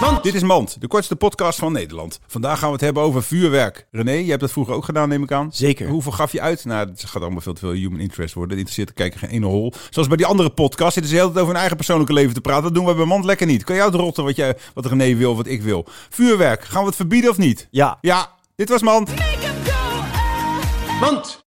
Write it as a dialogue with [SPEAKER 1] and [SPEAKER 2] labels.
[SPEAKER 1] Want dit is Mand, de kortste podcast van Nederland. Vandaag gaan we het hebben over vuurwerk. René, jij hebt dat vroeger ook gedaan, neem ik aan.
[SPEAKER 2] Zeker.
[SPEAKER 1] Hoeveel gaf je uit? Nou, het gaat allemaal veel te veel human interest worden. Het interesseert de kijker geen ene hol. Zoals bij die andere podcast zitten ze de hele tijd over hun eigen persoonlijke leven te praten. Dat doen we bij Mand lekker niet. Kan jij uitrotten wat, jij, wat René wil, wat ik wil? Vuurwerk, gaan we het verbieden of niet?
[SPEAKER 2] Ja.
[SPEAKER 1] Ja, dit was Mand.
[SPEAKER 3] Make 'em go, uh,
[SPEAKER 4] Mand.